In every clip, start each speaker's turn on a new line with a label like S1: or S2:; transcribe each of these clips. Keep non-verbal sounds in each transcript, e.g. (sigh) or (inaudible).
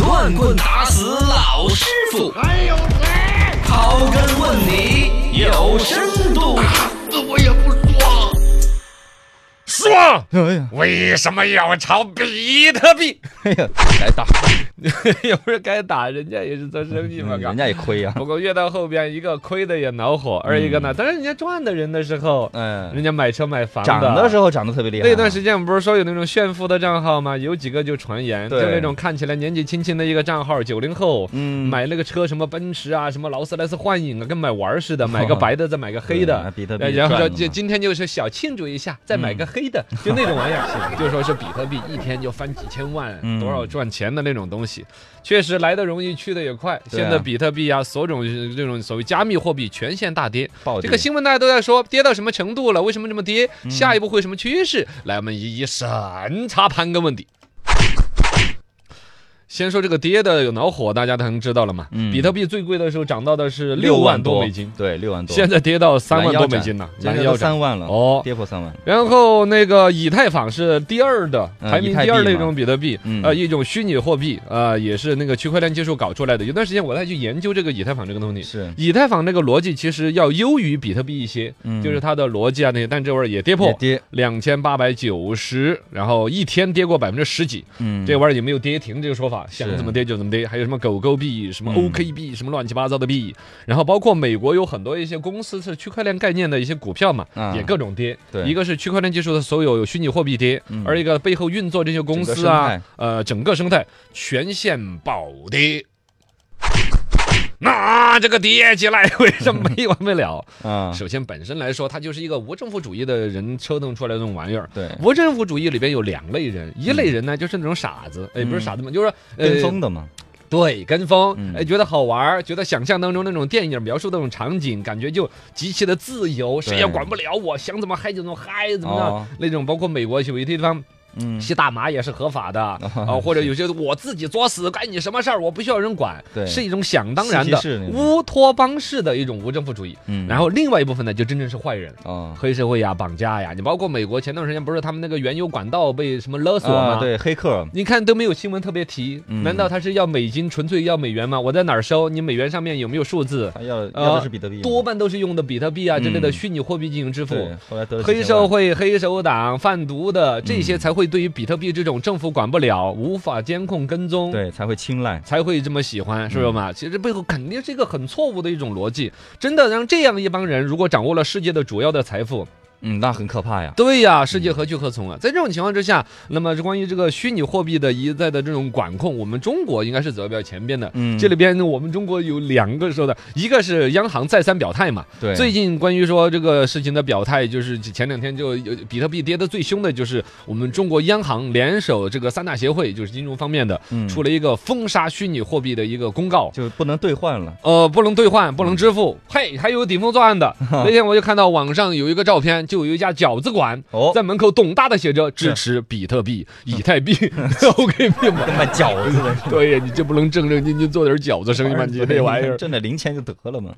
S1: 乱棍打死老师傅，还有谁？刨根问底有深度。
S2: 这我也不说。
S3: 说
S4: 哎呀，
S3: 为什么要炒比特币？
S4: 哎呀，来打，
S3: (laughs) 也不是该打人家，也是做生意嘛，
S4: 嗯
S3: 哥
S4: 人。家也亏
S3: (laughs)
S4: 呀。
S3: 不过越到后边，一个亏的也恼火，二一个呢，当然人家赚的人的时候，
S4: 嗯，
S3: 人家买车买房
S4: 涨的时候涨得哎特别厉害。啊
S3: 那段时间我们不是说有那种炫富的账号吗？有几个就传言，就
S4: 对
S3: 那种看起来年纪轻轻的一个账号，九零后。
S4: 嗯，
S3: 买那个车什么奔驰啊，什么劳斯莱斯幻影啊，跟买玩儿似的，买个白的再买个黑
S4: 对
S3: 的
S4: 那，比特币
S3: 呃然后说
S4: 赚了嘛嗯
S3: 今今天就是小庆祝一下，再买个黑的，就那种玩意儿，就说是比特币一天就翻几千万，
S4: 嗯
S3: 多少赚钱的那种东西，确实来的容易，去的也快。
S4: 对啊
S3: 现在比特币啊，所种这种所谓加密货币全线大跌，
S4: 暴
S3: 这
S4: 跌
S3: 个新闻大家都在说跌到什么程度了，为什么这么跌，
S4: 嗯
S3: 下一步会有什么趋势？来，我们一一审查盘根问底。先说这个跌的有恼火，大家都能知道了嘛。
S4: 嗯
S3: 比特币最贵的时候涨到的是
S4: 六
S3: 万
S4: 多
S3: 美金，
S4: 对，六万多，
S3: 现在跌到三万
S4: 拦腰
S3: 多
S4: 斩
S3: 美金了，
S4: 现在
S3: 腰
S4: 都
S3: 斩。
S4: 三万了，
S3: 哦
S4: 跌破三万。
S3: 然后那个以太坊是第二的，
S4: 嗯
S3: 排名
S4: 以太
S3: 第
S4: 币
S3: 二的一
S4: 嘛
S3: 种比特币，
S4: 嗯
S3: 呃，一种虚拟货币，呃，也是那个区块链技术搞出来的。有段时间我在去研究这个以太坊这个东西，
S4: 是，
S3: 以太坊这个逻辑其实要优于比特币一些，
S4: 嗯
S3: 就是它的逻辑啊那些，但这玩意儿也跌破
S4: 也跌，
S3: 两千八百九十，然后一天跌过百分之十几，
S4: 嗯，
S3: 这玩意儿也没有跌停这个说法，
S4: 是
S3: 想怎么跌就怎么跌。还有什么狗狗币、什么
S4: 嗯
S3: OK 币、什么乱七八糟的币，然后包括美国有很多一些公司是区块链概念的一些股票嘛，
S4: 啊
S3: 也各种跌。
S4: 对
S3: 一个是区块链技术的所有虚拟货币跌，
S4: 嗯
S3: 而一个背后运作这些公司
S4: 整个
S3: 啊
S4: 生态，
S3: 呃，整个生态全线暴跌。那、这个跌起来为什么没完没了？
S4: 啊，
S3: 首先，本身来说，它就是一个无政府主义的人车弄出来的这种玩意儿。
S4: 对，
S3: 无政府主义里边有两类人，一类人呢就是那种傻子，哎，不是傻子嘛，就是说呃
S4: 嗯跟风的嘛，
S3: 对，跟风，
S4: 嗯
S3: 哎，觉得好玩儿，觉得想象当中那种电影描述的那种场景，感觉就极其的自由，谁也管不了我，想怎么嗨就怎么嗨，怎么样、
S4: 哦
S3: 那种。包括美国有一些地方
S4: 嗯，
S3: 吸大麻也是合法的啊、
S4: (laughs) 哦
S3: 或者有些我自己作死，干你什么事儿，我不需要人管，
S4: 对
S3: 是一种想当然的
S4: 嬉皮士那种
S3: 乌托邦式的一种无政府主义。
S4: 嗯
S3: 然后另外一部分呢，就真正是坏人。
S4: 哦，
S3: 黑社会呀、绑架呀，你包括美国前段时间不是他们那个原油管道被什么勒索吗？
S4: 啊，。对，黑客，
S3: 你看都没有新闻特别提，
S4: 嗯
S3: 难道他是要美金，纯粹要美元吗？我在哪儿收？你美元上面有没有数
S4: (laughs)
S3: 字？
S4: 他要
S3: 呃
S4: 要的是比特币嘛，
S3: 多半都是用的比特币啊之类的
S4: 哎嗯
S3: 虚拟货币进行支付
S4: 对，。后来得了
S3: 黑
S4: 几千万
S3: 社会、黑手党、贩毒的这
S4: 嗯
S3: 些才会对于比特币这种政府管不了、无法监控跟踪，
S4: 对才会青睐，
S3: 才会这么喜欢，是不是嘛？其实背后肯定是一个很错误的一种逻辑。真的让这样一帮人，如果掌握了世界的主要的财富，
S4: 嗯，那很可怕呀，
S3: 对呀，世界何去何从啊？在这种情况之下，那么关于这个虚拟货币的一再的这种管控，我们中国应该是走在比较前边的。
S4: 嗯，
S3: 这里边呢，我们中国有两个说的，一个是央行再三表态嘛，
S4: 对
S3: 最近关于说这个事情的表态，就是前两天就有比特币跌得最凶的，就是我们中国央行联手这个三大协会，就是金融方面的，
S4: 嗯
S3: 出了一个封杀虚拟货币的一个公
S4: (laughs)
S3: 告。
S4: 就不能兑换了，
S3: 呃，不能兑换，不能支付。嘿，还有顶风作
S4: (laughs)
S3: 案的。那天我就看到网上有一个照片，就有一家饺子馆，
S4: 哦，
S3: 在门口董大大写着支持比特币、以太
S4: (laughs)
S3: 币、OK 币嘛。
S4: 跟卖饺子哎的是吧。
S3: 对呀，你这不能正正经经做点饺子生意吗？你 (laughs) 这玩意儿
S4: 挣点零钱就得了嘛。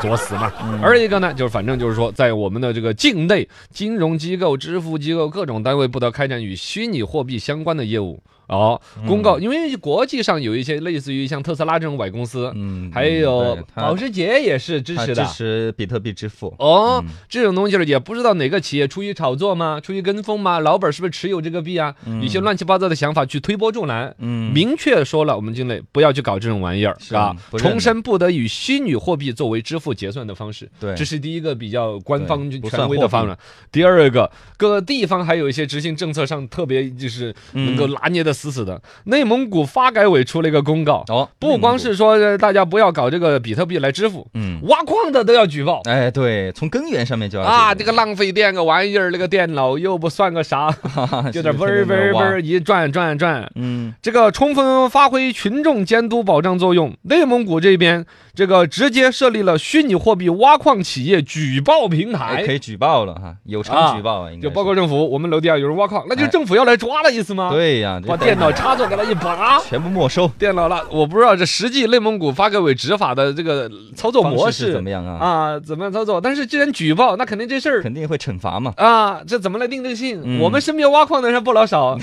S3: 作死嘛。而一个呢，就是反正就是说，在我们的这个境内，金融机构、支付机构各种单位不得开展与虚拟货币相关的业务。哦，公告，因为国际上有一些类似于像特斯拉这种崴公司，
S4: 嗯，
S3: 还有
S4: 对他
S3: 保时捷也是支
S4: 他
S3: 持
S4: 支
S3: 的。
S4: 持比特币支付。
S3: 哦
S4: 嗯，
S3: 这种东西了，也不知道哪个企业出于炒作吗？出于跟风吗？老板是不是持有这个币啊？有些乱七八糟的想法去推波助澜。
S4: 嗯，
S3: 明确说了，我们境内不要去搞这种玩意儿，
S4: 是
S3: 啊，
S4: 不认的
S3: 重申不得以虚拟货币作为支付结算的方式。
S4: 对
S3: 这是第一个比较官方
S4: 对不算
S3: 权威的方面。第二个，各个地方还有一些执行政策上特别就是能够拿捏的死死的。内蒙古发改委出了一个公告，
S4: 哦，
S3: 不光是说呃大家不要搞这个比特币来支付，
S4: 嗯，
S3: 挖矿的都要举报。
S4: 哎，对，从根源上面就要
S3: 啊，
S4: 解
S3: 这
S4: 决
S3: 个浪费电个玩意儿，那个电脑又不算个啥，就在嗡儿嗡儿嗡，
S4: 啊是
S3: 儿一转转转。
S4: 嗯
S3: 这个充分发挥群众监督保障作用。内蒙古这边这个直接设立了虚拟货币挖矿企业举报平
S4: 哎可
S3: 台，
S4: 以举报了哈，有
S3: 啊
S4: 偿举报啊，应该
S3: 就是包括政府，我们楼底下有人挖矿，那就
S4: 哎
S3: 政府要来抓了意思吗？，
S4: 对呀，这
S3: 把电脑插座给他一
S4: (laughs)
S3: 拔。
S4: 全部没收，
S3: 电脑了，我不知道这实际内蒙古发改委执法的这个操作模
S4: 方式
S3: 式
S4: 是怎么样啊？
S3: 啊，怎么样操作？但是既然举报，那肯定这事儿
S4: 肯定会惩罚嘛。
S3: 啊，这怎么来定这个性？
S4: 嗯
S3: 我们身边挖矿的人还不老
S4: (laughs)
S3: 少，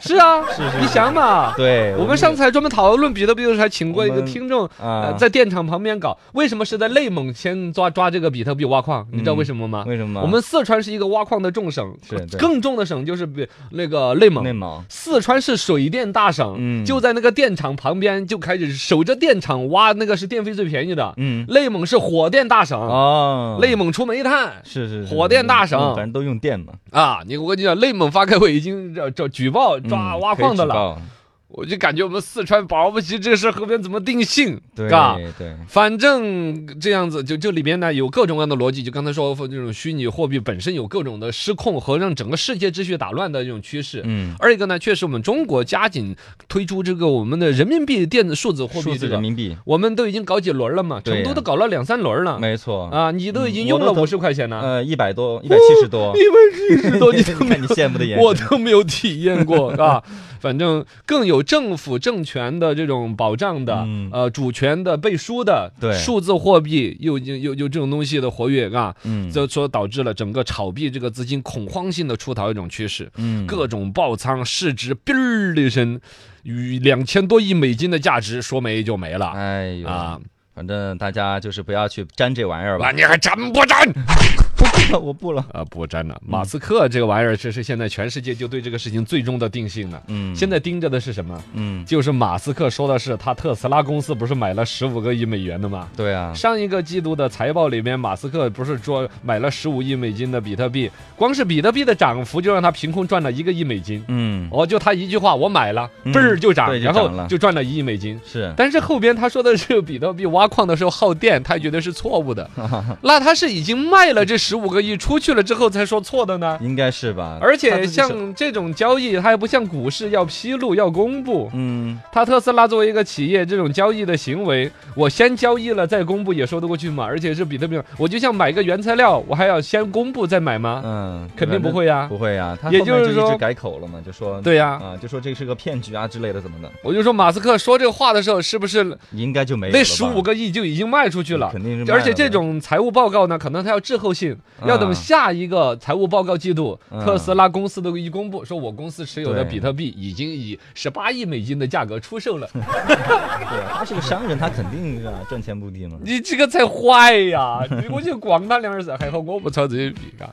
S3: 是啊，你想嘛，
S4: 对，
S3: 我们上次还专门讨论比特币的时候，还请过一个
S4: 我们
S3: 听众。
S4: 啊
S3: 呃，，在电厂旁边搞，为什么是在内蒙先抓抓这个比特币挖矿？你知道为什么吗？
S4: 嗯为什么
S3: 我们四川是一个挖矿的重省，
S4: 是对
S3: 更重的省就是比那个内蒙。
S4: 内蒙
S3: 四川是水电大省，
S4: 嗯
S3: 就在那个电厂旁边就开始守着电厂挖，那个是电费最便宜的。
S4: 嗯
S3: 内蒙是火电大省，
S4: 哦，
S3: 内蒙出煤炭，
S4: 是是
S3: 嗯
S4: 是
S3: 火电大省
S4: 嗯反正都用电嘛，
S3: 啊，你我跟你讲，内蒙发改委已经这这举报抓
S4: 嗯
S3: 挖矿的了，，
S4: 可以举
S3: 我就感觉我们四川保不齐这个事儿后边怎么定性，是吧？
S4: 报对对，
S3: 反正这样子，就这里边呢有各种各样的逻辑，就刚才说这种虚拟货币本身有各种的失控和让整个世界秩序打乱的这种趋势。
S4: 嗯，
S3: 二一个呢，确实我们中国加紧推出这个我们的人民币电子数字货
S4: 数
S3: 币这
S4: 字
S3: 个
S4: 人，民币，
S3: 我们都已经搞几轮了嘛，
S4: 对
S3: 成
S4: 呀
S3: 都都搞了两三轮了
S4: 没错，
S3: 啊，你都已经
S4: 嗯
S3: 用
S4: 我
S3: 了
S4: 都
S3: 五十块钱呢，
S4: 呃，一百多，一百七十多，
S3: 一百七十多，你都
S4: 看 (laughs) 你羡慕的眼
S3: 我
S4: 神，
S3: 都没有体验
S4: (laughs)
S3: 过啊。反正更有政府政权的这种保障的，
S4: 嗯
S3: 呃，主权的背书的，
S4: 对
S3: 数字货币又又又又这种东西的活跃啊，
S4: 嗯
S3: 这所导致了整个炒币这个资金恐慌性的出逃一种趋势，
S4: 嗯，
S3: 各种爆仓，市值哔儿的一声，与两千多亿美金的价值说没就没了
S4: 哎呦，
S3: 啊！
S4: 反正大家就是不要去沾这玩意儿吧
S3: 那，你还沾不沾？
S4: (laughs) 我我不了，
S3: 啊，不沾了。马斯克这个玩意儿，这是现在全世界就对这个事情最终的定性了。
S4: 嗯，
S3: 现在盯着的是什么？
S4: 嗯，
S3: 就是马斯克说的是，他特斯拉公司不是买了十五个亿美元的吗？
S4: 对啊，
S3: 上一个季度的财报里面，马斯克不是说买了十五亿美金的比特币，光是比特币的涨幅就让他凭空赚了一个亿美金。
S4: 嗯，
S3: 哦，就他一句话，我买了，
S4: 嗯
S3: 倍儿就涨，
S4: 对就
S3: 然
S4: 涨
S3: 后
S4: 了
S3: 就赚了一亿美金。
S4: 是，
S3: 但是后边他说的是比特币挖矿的时候耗电，他觉得是错误
S4: (laughs)
S3: 的。那他是已经卖了这十五个亿出去了之后才说错的呢？
S4: 应该是吧，
S3: 而
S4: 嗯他
S3: 且
S4: 自己是，
S3: 像这种交易，它也不像股市要披露、要公布。
S4: 嗯，
S3: 他特斯拉作为一个企业，这种交易的行为，我先交易了再公布也说得过去嘛？而且是比特币，我就像买个原材料，我还要先公布再买吗？
S4: 嗯，
S3: 肯定不会呀、
S4: 不会呀，他
S3: 也
S4: 后面
S3: 就是
S4: 就一
S3: 说
S4: 直改口了嘛，就说
S3: 对呀、
S4: 啊，就说这是个骗局啊之类的，怎么的，
S3: 我就说马斯克说这个话的时候，是不是
S4: 应该就没有
S3: 那
S4: 了
S3: 十
S4: 吧
S3: 五个亿就已经卖出去了？
S4: 肯定是卖
S3: 而且
S4: 了
S3: 这
S4: 呗
S3: 种财务报告呢，可能它要滞后性，
S4: 嗯
S3: 要等下一个财务报告季度，
S4: 嗯
S3: 特斯拉公司都一公布，说我公司持有的
S4: 对
S3: 比特币已经以十八亿美金的价格出售了，
S4: 对啊，他是个商人，他肯定是啊赚钱目的嘛。
S3: 你这个才坏呀！你我就光他两耳屎，还好我不抄这些笔啊。